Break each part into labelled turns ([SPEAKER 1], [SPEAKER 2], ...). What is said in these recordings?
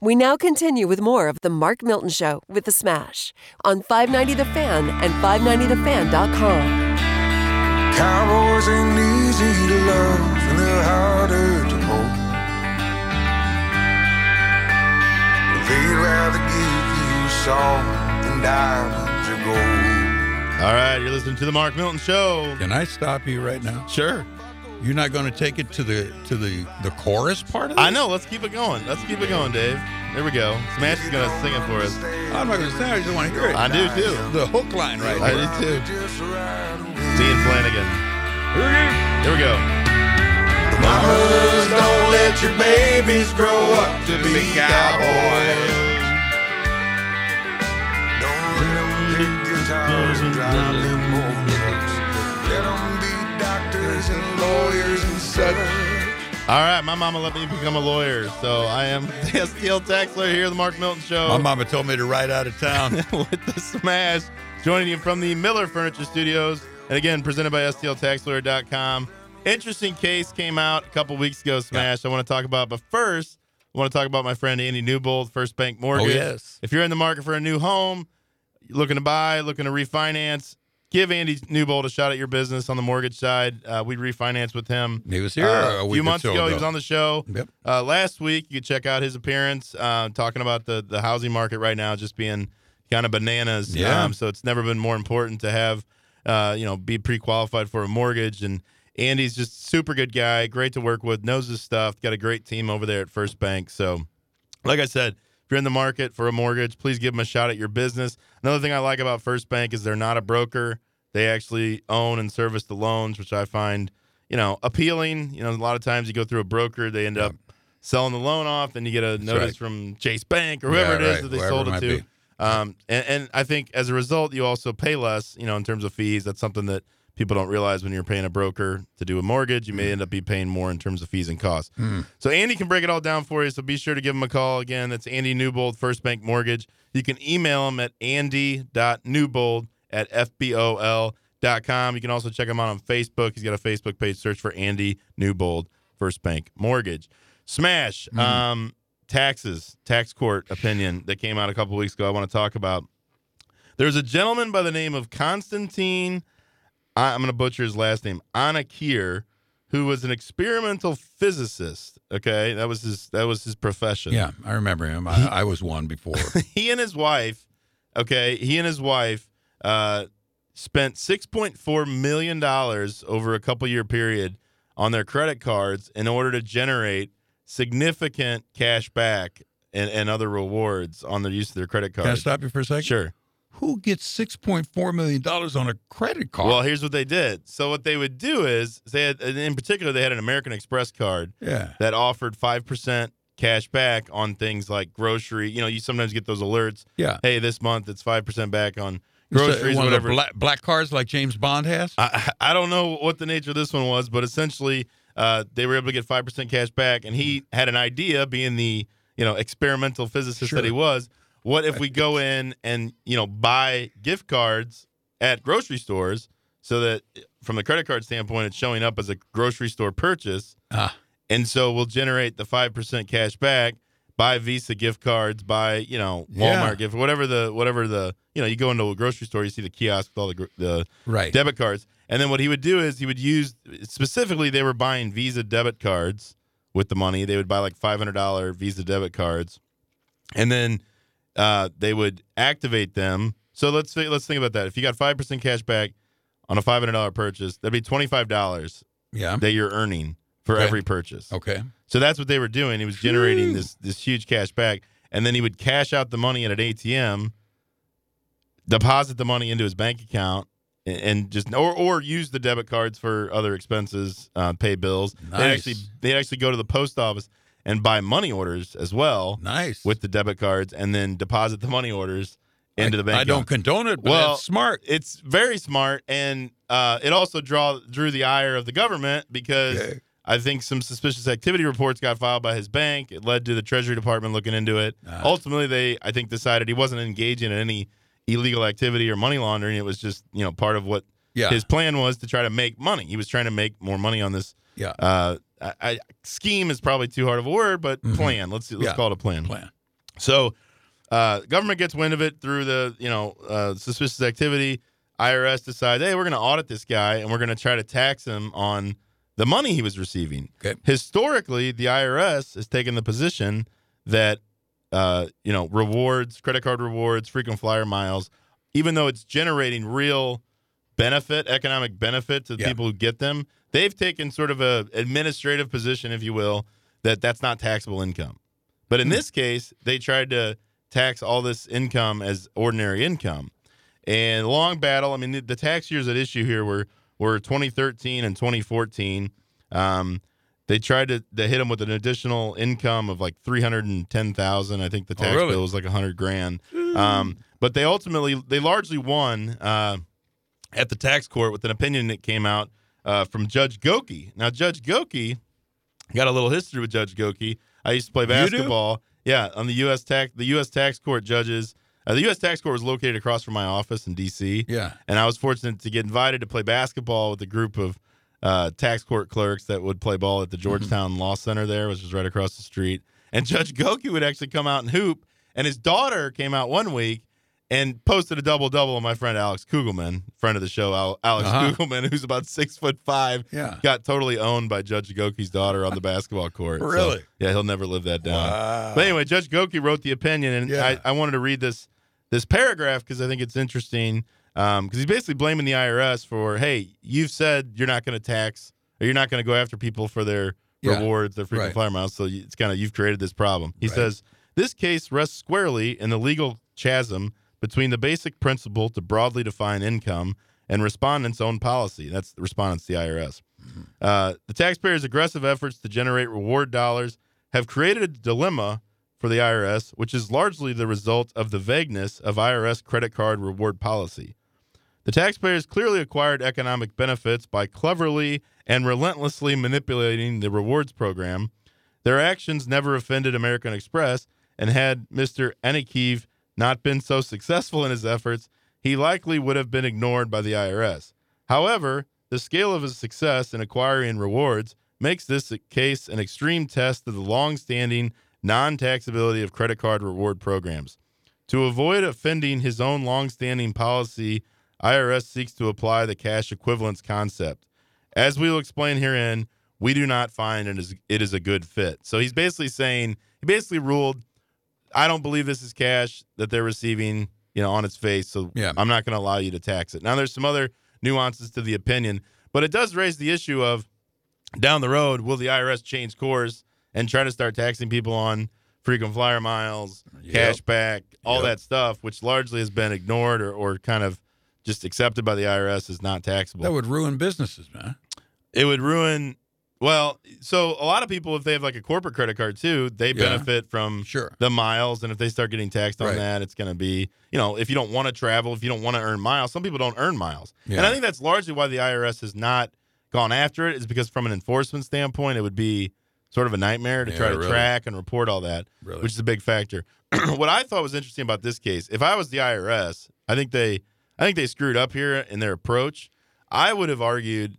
[SPEAKER 1] We now continue with more of The Mark Milton Show with The Smash on 590 The Fan and 590TheFan.com.
[SPEAKER 2] Cowboys ain't easy to love, and they're harder to mold. But they'd rather give you salt than diamonds or gold.
[SPEAKER 3] All right, you're listening to the Mark Milton Show.
[SPEAKER 4] Can I stop you right now?
[SPEAKER 3] Sure.
[SPEAKER 4] You're not going to take it to the to the the chorus part of it.
[SPEAKER 3] I know. Let's keep it going. Let's keep it going, Dave. There we go. Smash is gonna sing it for us.
[SPEAKER 4] I'm not going to say. I just want to hear it.
[SPEAKER 3] I do too.
[SPEAKER 4] the hook line right
[SPEAKER 3] I
[SPEAKER 4] here.
[SPEAKER 3] do too.
[SPEAKER 2] Just right away.
[SPEAKER 3] Dean Flanagan. Here we go.
[SPEAKER 2] Mamas, don't let your babies grow up to be cowboys. Don't let 'em get guitars and drive them old trucks. Let 'em be doctors and lawyers and such.
[SPEAKER 3] All right, my mama let me become a lawyer, so I am STL tax lawyer here, at the Mark Milton Show.
[SPEAKER 4] My mama told me to ride out of town.
[SPEAKER 3] with the Smash, joining you from the Miller Furniture Studios, and again presented by STLTaxLawyer.com. Interesting case came out a couple weeks ago. Smash, I want to talk about, but first, I want to talk about my friend Andy Newbold, First Bank Mortgage.
[SPEAKER 4] yes.
[SPEAKER 3] If you're in the market for a new home, looking to buy, looking to refinance, give Andy Newbold a shot at your business on the mortgage side. Uh, we refinanced with him.
[SPEAKER 4] He was here
[SPEAKER 3] Uh,
[SPEAKER 4] a
[SPEAKER 3] a
[SPEAKER 4] week
[SPEAKER 3] few
[SPEAKER 4] or
[SPEAKER 3] months
[SPEAKER 4] so
[SPEAKER 3] ago, He was
[SPEAKER 4] ago.
[SPEAKER 3] on the show.
[SPEAKER 4] Yep.
[SPEAKER 3] Uh, last week, you could check out his appearance uh, talking about the the housing market right now just being kind of bananas. Um,
[SPEAKER 4] Yeah.
[SPEAKER 3] so it's never been more important to have, uh, you know, be pre qualified for a mortgage. And Andy's just super good guy, great to work with, knows his stuff, got a great team over there at First Bank. So like I said, if you're in the market for a mortgage, please give them a shot at your business. Another thing I like about First Bank is they're not a broker. They actually own and service the loans, which I find, you know, appealing. You know, a lot of times you go through a broker, they end up selling the loan off, then you get a notice
[SPEAKER 4] right.
[SPEAKER 3] from Chase Bank or whoever
[SPEAKER 4] Yeah,
[SPEAKER 3] it is
[SPEAKER 4] right,
[SPEAKER 3] that they
[SPEAKER 4] whoever
[SPEAKER 3] sold
[SPEAKER 4] it
[SPEAKER 3] it
[SPEAKER 4] might
[SPEAKER 3] to.
[SPEAKER 4] be.
[SPEAKER 3] Um, and, and I think as a result, you also pay less, you know, in terms of fees. That's something that people don't realize when you're paying a broker to do a mortgage. You
[SPEAKER 4] Mm.
[SPEAKER 3] may end up be paying more in terms of fees and costs. So Andy can break it all down for you. So be sure to give him a call. Again, that's Andy Newbold, First Bank Mortgage. You can email him at andy.newbold at fbol.com. You can also check him out on Facebook. He's got a Facebook page. Search for Andy Newbold, First Bank Mortgage. Smash. Um, taxes, tax court opinion that came out a couple weeks ago. I want to talk about. There's a gentleman by the name of Constantine. I, I'm going to butcher his last name. Anakir, who was an experimental physicist. Okay, that was his. That was his profession.
[SPEAKER 4] Yeah, I remember him. I, I was one before.
[SPEAKER 3] He and his wife. Okay, he and his wife uh, spent 6.4 million dollars over a couple year period on their credit cards in order to generate significant cash back and, and other rewards on their use of their credit
[SPEAKER 4] Can I
[SPEAKER 3] cards.
[SPEAKER 4] stop you for a second?
[SPEAKER 3] Sure.
[SPEAKER 4] Who gets six point four million dollars on a credit card?
[SPEAKER 3] Well, here's what they did. So what they would do is they had, in particular, they had an American Express card
[SPEAKER 4] yeah.
[SPEAKER 3] that offered five percent cash back on things like grocery. You know, you sometimes get those alerts.
[SPEAKER 4] Yeah.
[SPEAKER 3] Hey, this month it's five percent back on
[SPEAKER 4] It's a-
[SPEAKER 3] groceries,
[SPEAKER 4] one of the
[SPEAKER 3] whatever. Uh,
[SPEAKER 4] black, black cars like James Bond has.
[SPEAKER 3] I, I don't know what the nature of this one was, but essentially uh, they were able to get five percent cash back, and he
[SPEAKER 4] Hmm.
[SPEAKER 3] had an idea, being the you know experimental physicist
[SPEAKER 4] Sure.
[SPEAKER 3] that he was. What if we go in and you know buy gift cards at grocery stores so that from the credit card standpoint, it's showing up as a grocery store purchase,
[SPEAKER 4] Ah.
[SPEAKER 3] and so we'll generate the five percent cash back. Buy Visa gift cards, buy you know Walmart
[SPEAKER 4] Yeah.
[SPEAKER 3] gift, whatever the whatever the you know you go into a grocery store, you see the kiosk with all the gr- the
[SPEAKER 4] right.
[SPEAKER 3] debit cards. And then what he would do is he would use specifically they were buying Visa debit cards with the money. They would buy like five hundred dollar Visa debit cards, and then uh, they would activate them. So let's say, let's think about that. If you got five percent cash back on a five hundred dollar purchase, that'd be twenty five dollars
[SPEAKER 4] yeah.
[SPEAKER 3] that you're earning for
[SPEAKER 4] Okay.
[SPEAKER 3] every purchase.
[SPEAKER 4] Okay.
[SPEAKER 3] So that's what they were doing. He was generating this this huge cash back, and then he would cash out the money at an ATM, deposit the money into his bank account, a- and just or or use the debit cards for other expenses, uh, pay bills. They
[SPEAKER 4] Nice.
[SPEAKER 3] actually they actually go to the post office and buy money orders as well
[SPEAKER 4] Nice.
[SPEAKER 3] with the debit cards, and then deposit the money orders into
[SPEAKER 4] I,
[SPEAKER 3] the bank.
[SPEAKER 4] I don't
[SPEAKER 3] account.
[SPEAKER 4] condone it, but
[SPEAKER 3] Well,
[SPEAKER 4] it's smart.
[SPEAKER 3] It's very smart, and uh, it also draw drew the ire of the government because
[SPEAKER 4] Okay.
[SPEAKER 3] I think some suspicious activity reports got filed by his bank. It led to the Treasury Department looking into it.
[SPEAKER 4] Ah.
[SPEAKER 3] Ultimately, they I think decided he wasn't engaging in any illegal activity or money laundering. It was just you know part of what
[SPEAKER 4] Yeah.
[SPEAKER 3] his plan was to try to make money. He was trying to make more money on this.
[SPEAKER 4] Yeah.
[SPEAKER 3] Uh, I, I, scheme is probably too hard of a word, but
[SPEAKER 4] Mhm.
[SPEAKER 3] plan. Let's let's
[SPEAKER 4] Yeah.
[SPEAKER 3] call it a plan.
[SPEAKER 4] plan.
[SPEAKER 3] So, uh, government gets wind of it through the you know uh, suspicious activity. IRS decides, hey, we're going to audit this guy and we're going to try to tax him on the money he was receiving.
[SPEAKER 4] Okay.
[SPEAKER 3] Historically, the IRS has taken the position that uh, you know rewards, credit card rewards, frequent flyer miles, even though it's generating real benefit, economic benefit to the
[SPEAKER 4] Yeah.
[SPEAKER 3] people who get them, they've taken sort of a administrative position, if you will, that that's not taxable income. But
[SPEAKER 4] Hmm.
[SPEAKER 3] in this case, they tried to tax all this income as ordinary income. And long battle. I mean, the, the tax years at issue here were were 2013 and 2014. Um, they tried to, to hit them with an additional income of like 310,000. I think the
[SPEAKER 4] Oh,
[SPEAKER 3] tax
[SPEAKER 4] really? Hmm.
[SPEAKER 3] bill was like 100 grand. Um, but they ultimately they largely won uh, at the tax court with an opinion that came out uh, from Judge Goki. Now, Judge Goki got a little history with Judge Goki. I used to play
[SPEAKER 4] do?
[SPEAKER 3] basketball. Yeah, on the U.S. tax the U.S. tax court judges. Uh, the U.S. tax court was located across from my office in D.C.
[SPEAKER 4] Yeah.
[SPEAKER 3] and I was fortunate to get invited to play basketball with a group of uh, tax court clerks that would play ball at
[SPEAKER 4] Mm-hmm.
[SPEAKER 3] the Georgetown Law Center there, which was right across the street. And Judge Goki would actually come out and hoop. And his daughter came out one week and posted a double double on my friend Alex Kugelman, friend of the show, Al- Alex
[SPEAKER 4] Uh-huh.
[SPEAKER 3] Kugelman, who's about six foot five.
[SPEAKER 4] Yeah.
[SPEAKER 3] Got totally owned by Judge Goki's daughter on the basketball court. So,
[SPEAKER 4] Really?
[SPEAKER 3] yeah, he'll never live that down.
[SPEAKER 4] Wow.
[SPEAKER 3] But anyway, Judge Goki wrote the opinion, and
[SPEAKER 4] Yeah.
[SPEAKER 3] I, I wanted to read this this paragraph because I think it's interesting. Because he's basically blaming the IRS for, hey, you've said you're not going to tax or you're not going to go after people for their
[SPEAKER 4] Yeah.
[SPEAKER 3] rewards, their frequent
[SPEAKER 4] Right.
[SPEAKER 3] flyer miles. So you- it's kind of you've created this problem. He
[SPEAKER 4] Right.
[SPEAKER 3] says this case rests squarely in the legal chasm between the basic principle to broadly define income and respondents' own policy. That's the respondents, the IRS.
[SPEAKER 4] Mm-hmm.
[SPEAKER 3] Uh, the taxpayers' aggressive efforts to generate reward dollars have created a dilemma for the IRS, which is largely the result of the vagueness of IRS credit card reward policy. The taxpayers clearly acquired economic benefits by cleverly and relentlessly manipulating the rewards program. Their actions never offended American Express, and had Mr. Anikiv not been so successful in his efforts, he likely would have been ignored by the IRS. However, the scale of his success in acquiring rewards makes this a case an extreme test of the long-standing non-taxability of credit card reward programs. To avoid offending his own longstanding policy, IRS seeks to apply the cash equivalence concept. As we will explain herein, we do not find it is, it is a good fit. So he's basically saying, he basically ruled, I don't believe this is cash that they're receiving, you know, on its face. So
[SPEAKER 4] Yeah.
[SPEAKER 3] I'm not going to allow you to tax it. Now, there's some other nuances to the opinion, but it does raise the issue of down the road, will the IRS change course and try to start taxing people on frequent flyer miles,
[SPEAKER 4] Yep.
[SPEAKER 3] cash back, all
[SPEAKER 4] Yep.
[SPEAKER 3] that stuff, which largely has been ignored or, or kind of just accepted by the IRS as not taxable.
[SPEAKER 4] That would ruin businesses, man.
[SPEAKER 3] it would ruin. Well, so a lot of people, if they have like a corporate credit card too, they
[SPEAKER 4] Yeah.
[SPEAKER 3] benefit from
[SPEAKER 4] Sure.
[SPEAKER 3] the miles. And if they start getting taxed on
[SPEAKER 4] Right.
[SPEAKER 3] that, it's going to be, you know, if you don't want to travel, if you don't want to earn miles, some people don't earn miles. And
[SPEAKER 4] Yeah.
[SPEAKER 3] I think that's largely why the IRS has not gone after it, is because from an enforcement standpoint, it would be sort of a nightmare to
[SPEAKER 4] Yeah,
[SPEAKER 3] try to
[SPEAKER 4] really.
[SPEAKER 3] track and report all that
[SPEAKER 4] Really.
[SPEAKER 3] which is a big factor. what I thought was interesting about this case, if I was the IRS, I think they I think they screwed up here in their approach. I would have argued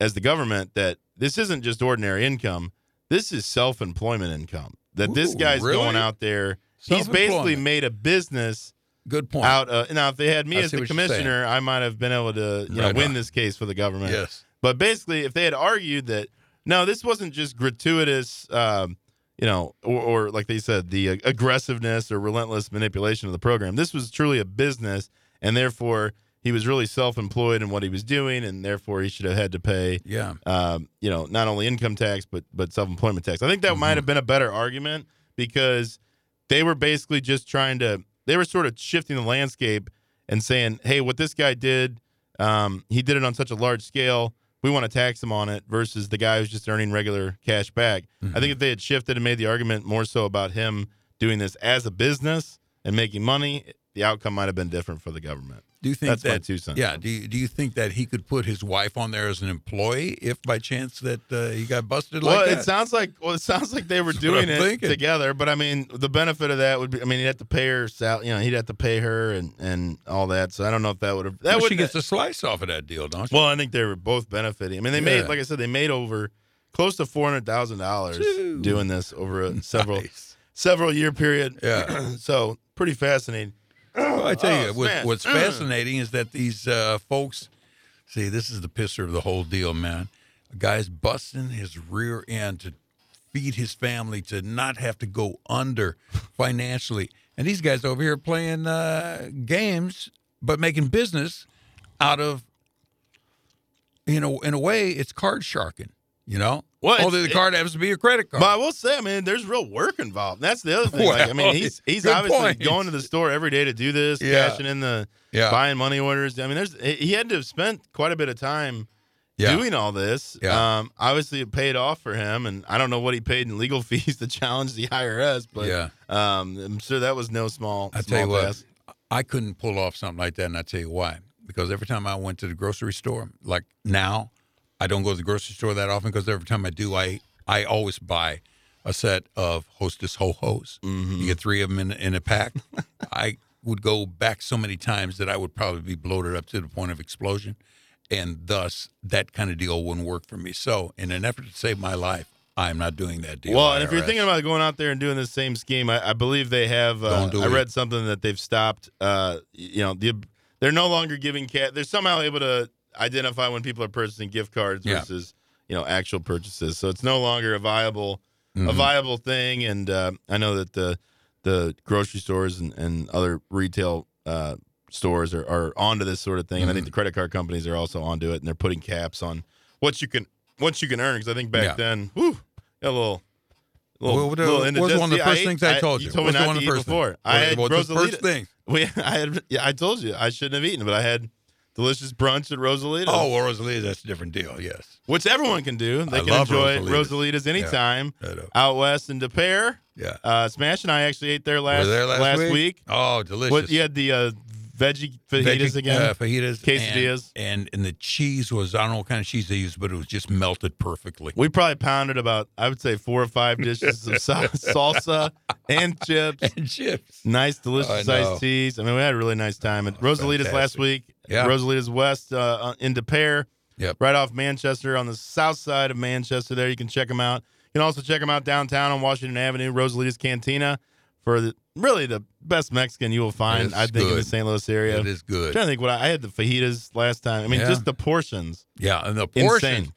[SPEAKER 3] as the government that this isn't just ordinary income. This is self-employment income. That this
[SPEAKER 4] Ooh,
[SPEAKER 3] guy's
[SPEAKER 4] really?
[SPEAKER 3] going out there. He's basically
[SPEAKER 4] Self-employment.
[SPEAKER 3] made a business
[SPEAKER 4] Good point.
[SPEAKER 3] out of now if they had me
[SPEAKER 4] I
[SPEAKER 3] as
[SPEAKER 4] see
[SPEAKER 3] the
[SPEAKER 4] what you're saying.
[SPEAKER 3] commissioner, I might have been able to, you know,
[SPEAKER 4] Right
[SPEAKER 3] win
[SPEAKER 4] on.
[SPEAKER 3] this case for the government.
[SPEAKER 4] Yes.
[SPEAKER 3] But basically, if they had argued that no, this wasn't just gratuitous, um, you know, or, or like they said, the uh, aggressiveness or relentless manipulation of the program. This was truly a business, and therefore he was really self-employed in what he was doing, and therefore he should have had to pay,
[SPEAKER 4] Yeah.
[SPEAKER 3] um, you know, not only income tax but but self-employment tax. I think that might have been a better argument because they were basically just trying to they were sort of shifting the landscape and saying, hey, what this guy did, um, he did it on such a large scale. We want to tax him on it versus the guy who's just earning regular cash back. I think if they had shifted and made the argument more so about him doing this as a business and making money, the outcome might have been different for the government.
[SPEAKER 4] Do you think
[SPEAKER 3] That's my
[SPEAKER 4] that
[SPEAKER 3] two cents.
[SPEAKER 4] Yeah. Do you, do you think that he could put his wife on there as an employee if by chance that uh, he got busted
[SPEAKER 3] well,
[SPEAKER 4] like
[SPEAKER 3] it
[SPEAKER 4] that?
[SPEAKER 3] sounds like well, it sounds like they were
[SPEAKER 4] That's what
[SPEAKER 3] doing it
[SPEAKER 4] I'm thinking.
[SPEAKER 3] together. But I mean, the benefit of that would be, I mean, he'd have to pay her sal, you know, he'd have to pay her and and all that. So I don't know if that would have that
[SPEAKER 4] Well,
[SPEAKER 3] would
[SPEAKER 4] she gets a slice off of that deal, don't she?
[SPEAKER 3] Well, I think they were both benefiting. I mean, they made,
[SPEAKER 4] Yeah.
[SPEAKER 3] like I said, they made over close to four hundred thousand dollars
[SPEAKER 4] Phew.
[SPEAKER 3] doing this over a, several
[SPEAKER 4] Nice.
[SPEAKER 3] several year period.
[SPEAKER 4] Yeah.
[SPEAKER 3] so pretty fascinating.
[SPEAKER 4] Well, I tell you,
[SPEAKER 3] Oh,
[SPEAKER 4] what,
[SPEAKER 3] Smith.
[SPEAKER 4] what's fascinating is that these uh, folks see this is the pisser of the whole deal, man. A guy's busting his rear end to feed his family, to not have to go under financially. And these guys over here playing uh, games, but making business out of, you know, in a way, it's card sharking, you know?
[SPEAKER 3] Well,
[SPEAKER 4] Only
[SPEAKER 3] it's-
[SPEAKER 4] the card happens to be your credit card.
[SPEAKER 3] But I will say, I mean, there's real work involved. That's the other thing. like, I
[SPEAKER 4] Well,
[SPEAKER 3] mean, he's he's
[SPEAKER 4] good
[SPEAKER 3] obviously
[SPEAKER 4] point.
[SPEAKER 3] going to the store every day to do this,
[SPEAKER 4] Yeah.
[SPEAKER 3] cashing in the
[SPEAKER 4] Yeah.
[SPEAKER 3] buying money orders. I mean, there's he he had to have spent quite a bit of time
[SPEAKER 4] Yeah.
[SPEAKER 3] doing all this.
[SPEAKER 4] Yeah.
[SPEAKER 3] Um, obviously, it paid off for him, and I don't know what he paid in legal fees to challenge the IRS, but
[SPEAKER 4] Yeah.
[SPEAKER 3] um, I'm sure that was no small.
[SPEAKER 4] I tell you
[SPEAKER 3] small
[SPEAKER 4] what,
[SPEAKER 3] task.
[SPEAKER 4] I couldn't pull off something like that, and I tell you why. Because every time I went to the grocery store, like now, I don't go to the grocery store that often. Because every time I do, I I always buy a set of Hostess Ho Hos.
[SPEAKER 3] Mm-hmm.
[SPEAKER 4] You get three of them in, in a pack. I would go back so many times that I would probably be bloated up to the point of explosion, and thus that kind of deal wouldn't work for me. So, in an effort to save my life, I'm not doing that deal.
[SPEAKER 3] Well, and if you're
[SPEAKER 4] IRS.
[SPEAKER 3] thinking about going out there and doing this same scheme, I, I believe they have. Uh,
[SPEAKER 4] Don't do
[SPEAKER 3] I
[SPEAKER 4] it.
[SPEAKER 3] read something that they've stopped. Uh, you know, the, they're no longer giving cat. They're somehow able to identify when people are purchasing gift cards
[SPEAKER 4] Yeah.
[SPEAKER 3] versus you know actual purchases. So it's no longer a viable a
[SPEAKER 4] Mhm.
[SPEAKER 3] viable thing. And uh, I know that the the grocery stores and, and other retail uh, stores are, are onto this sort of thing. And I think
[SPEAKER 4] Mm-hmm.
[SPEAKER 3] the credit card companies are also onto it, and they're putting caps on what you can what you can earn. Because I think back
[SPEAKER 4] Yeah.
[SPEAKER 3] then, whew, got a little.
[SPEAKER 4] Well, what- what was one of the
[SPEAKER 3] indigestion.
[SPEAKER 4] first things I, told you?
[SPEAKER 3] You told me
[SPEAKER 4] What's
[SPEAKER 3] not
[SPEAKER 4] one
[SPEAKER 3] to
[SPEAKER 4] of the
[SPEAKER 3] eat
[SPEAKER 4] first things?
[SPEAKER 3] before. I
[SPEAKER 4] What-
[SPEAKER 3] had
[SPEAKER 4] what's the
[SPEAKER 3] Rosalita.
[SPEAKER 4] first thing?
[SPEAKER 3] We, I had, yeah, I told you I shouldn't have eaten, but I had delicious brunch at Rosalita.
[SPEAKER 4] Oh, well, Rosalita, that's a different deal. Yes.
[SPEAKER 3] which everyone can do. They
[SPEAKER 4] I
[SPEAKER 3] can
[SPEAKER 4] love
[SPEAKER 3] enjoy
[SPEAKER 4] Rosalita's.
[SPEAKER 3] Rosalita's anytime
[SPEAKER 4] I know.
[SPEAKER 3] out west in De Pere.
[SPEAKER 4] uh, Yeah.
[SPEAKER 3] Uh, Smash and I actually ate there last
[SPEAKER 4] Were there last, week? Oh, delicious.
[SPEAKER 3] What you had the uh, veggie fajitas
[SPEAKER 4] Veggie-
[SPEAKER 3] again?
[SPEAKER 4] uh, fajitas,
[SPEAKER 3] Quesadillas.
[SPEAKER 4] and, and and the cheese was I don't know what kind of cheese they used, but it was just melted perfectly.
[SPEAKER 3] we probably pounded about I would say four or five dishes of sa- salsa and chips.
[SPEAKER 4] And chips.
[SPEAKER 3] Nice, delicious
[SPEAKER 4] I know.
[SPEAKER 3] iced teas. I mean, we had a really nice time at Rosalita's last
[SPEAKER 4] fantastic.
[SPEAKER 3] week.
[SPEAKER 4] Yeah.
[SPEAKER 3] Rosalita's West uh, in De Pere,
[SPEAKER 4] Yep.
[SPEAKER 3] right off Manchester on the south side of Manchester. There, you can check them out. You can also check them out downtown on Washington Avenue, Rosalita's Cantina, for the, really the best Mexican you will find,
[SPEAKER 4] It's
[SPEAKER 3] I think, in the
[SPEAKER 4] good.
[SPEAKER 3] St. Louis area.
[SPEAKER 4] It is
[SPEAKER 3] I'm
[SPEAKER 4] good.
[SPEAKER 3] trying to think what I, I had the fajitas last time. I mean,
[SPEAKER 4] Yeah.
[SPEAKER 3] just the portions.
[SPEAKER 4] Yeah, and the portion.
[SPEAKER 3] Insane.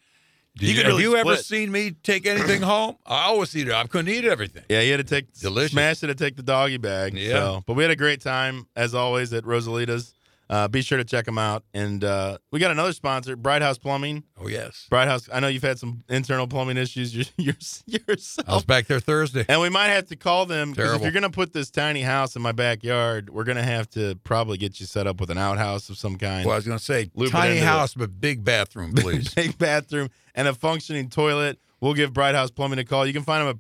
[SPEAKER 4] Did
[SPEAKER 3] You
[SPEAKER 4] you,
[SPEAKER 3] could
[SPEAKER 4] have
[SPEAKER 3] really
[SPEAKER 4] you ever
[SPEAKER 3] split.
[SPEAKER 4] seen me take anything home? I always eat it. I couldn't eat everything.
[SPEAKER 3] Yeah, you had to take
[SPEAKER 4] Delicious.
[SPEAKER 3] smash it to take the doggy bag.
[SPEAKER 4] Yeah.
[SPEAKER 3] So, but we had a great time as always at Rosalita's. Uh, be sure to check them out, and uh, we got another sponsor, Bright House Plumbing.
[SPEAKER 4] Oh yes.
[SPEAKER 3] Bright House. I know you've had some internal plumbing issues your, your,
[SPEAKER 4] I was
[SPEAKER 3] yourself,
[SPEAKER 4] back there Thursday.
[SPEAKER 3] and we might have to call them because if
[SPEAKER 4] Terrible.
[SPEAKER 3] you're gonna put this tiny house in my backyard, we're gonna have to probably get you set up with an outhouse of some kind,
[SPEAKER 4] Well, I was gonna say
[SPEAKER 3] Loop it
[SPEAKER 4] tiny
[SPEAKER 3] into it.
[SPEAKER 4] house but big bathroom, please.
[SPEAKER 3] big bathroom, and a functioning toilet. We'll give Bright House Plumbing a call. You can find them at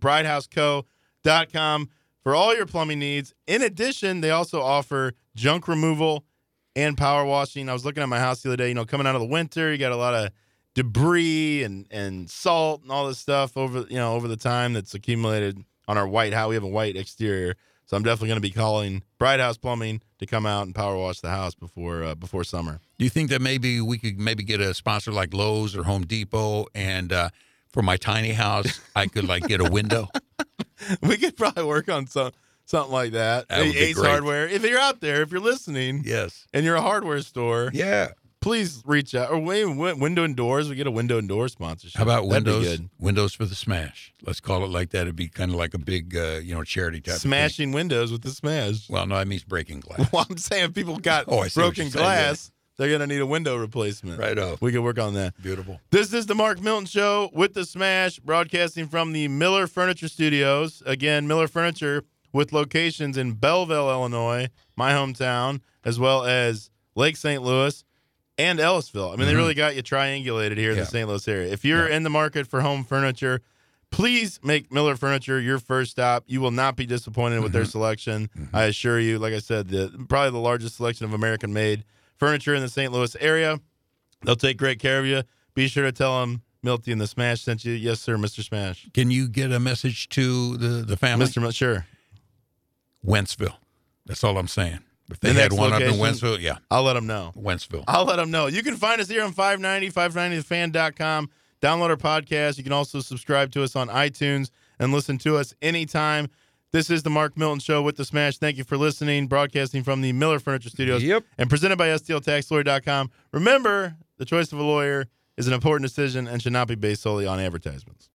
[SPEAKER 3] BrightHouseCo.com for all your plumbing needs. In addition, they also offer junk removal and power washing. I was looking at my house the other day. You know, coming out of the winter, you got a lot of debris and and salt and all this stuff over you know over the time that's accumulated on our white house. We have a white exterior, so I'm definitely going to be calling Bright House Plumbing to come out and power wash the house before uh, before summer.
[SPEAKER 4] Do you think that maybe we could maybe get a sponsor like Lowe's or Home Depot and uh, for my tiny house, I could like get a window?
[SPEAKER 3] we could probably work on some something like that.
[SPEAKER 4] That would be
[SPEAKER 3] Ace
[SPEAKER 4] great.
[SPEAKER 3] Hardware. If you're out there, if you're listening,
[SPEAKER 4] yes.
[SPEAKER 3] and you're a hardware store,
[SPEAKER 4] Yeah.
[SPEAKER 3] please reach out. Or wait, win- window and doors. We get a window and door sponsorship.
[SPEAKER 4] How about
[SPEAKER 3] That'd be
[SPEAKER 4] windows?
[SPEAKER 3] good.
[SPEAKER 4] Windows for the smash. Let's call it like that. It'd be kind of like a big, uh, you know, charity type. of thing.
[SPEAKER 3] Smashing windows with the smash.
[SPEAKER 4] Well, no, that means breaking glass.
[SPEAKER 3] Well, I'm saying if people got
[SPEAKER 4] Oh, I see what
[SPEAKER 3] broken
[SPEAKER 4] you're saying, yeah.
[SPEAKER 3] glass, they're gonna need a window replacement.
[SPEAKER 4] Right off.
[SPEAKER 3] We could work on that.
[SPEAKER 4] Beautiful.
[SPEAKER 3] This is the Mark Milton Show with the Smash, broadcasting from the Miller Furniture Studios. Again, Miller Furniture with locations in Belleville, Illinois, my hometown, as well as Lake St. Louis and Ellisville. I mean, they
[SPEAKER 4] Mhm.
[SPEAKER 3] really got you triangulated here in the
[SPEAKER 4] Yeah.
[SPEAKER 3] St. Louis area. If you're in the market for home furniture, please make Miller Furniture your first stop. You will not be disappointed with
[SPEAKER 4] Mm-hmm.
[SPEAKER 3] their selection. I assure you. Like I said, the probably the largest selection of American-made furniture in the St. Louis area. They'll take great care of you. Be sure to tell them Milty and the Smash sent you. Yes, sir, Mr. Smash.
[SPEAKER 4] Can you get a message to the, the family?
[SPEAKER 3] Mr. Mil- sure.
[SPEAKER 4] Wentzville. That's all I'm saying. If they
[SPEAKER 3] The
[SPEAKER 4] had
[SPEAKER 3] next
[SPEAKER 4] one up in
[SPEAKER 3] location?
[SPEAKER 4] Wentzville, yeah,
[SPEAKER 3] I'll let them know.
[SPEAKER 4] Wentzville.
[SPEAKER 3] I'll let them know. You can find us here on 590, 590thefan.com. Download our podcast. You can also subscribe to us on iTunes and listen to us anytime. This is the Mark Milton Show with the Smash. Thank you for listening. Broadcasting from the Miller Furniture Studios.
[SPEAKER 4] Yep.
[SPEAKER 3] And presented by STLTaxLawyer.com. Remember, the choice of a lawyer is an important decision and should not be based solely on advertisements.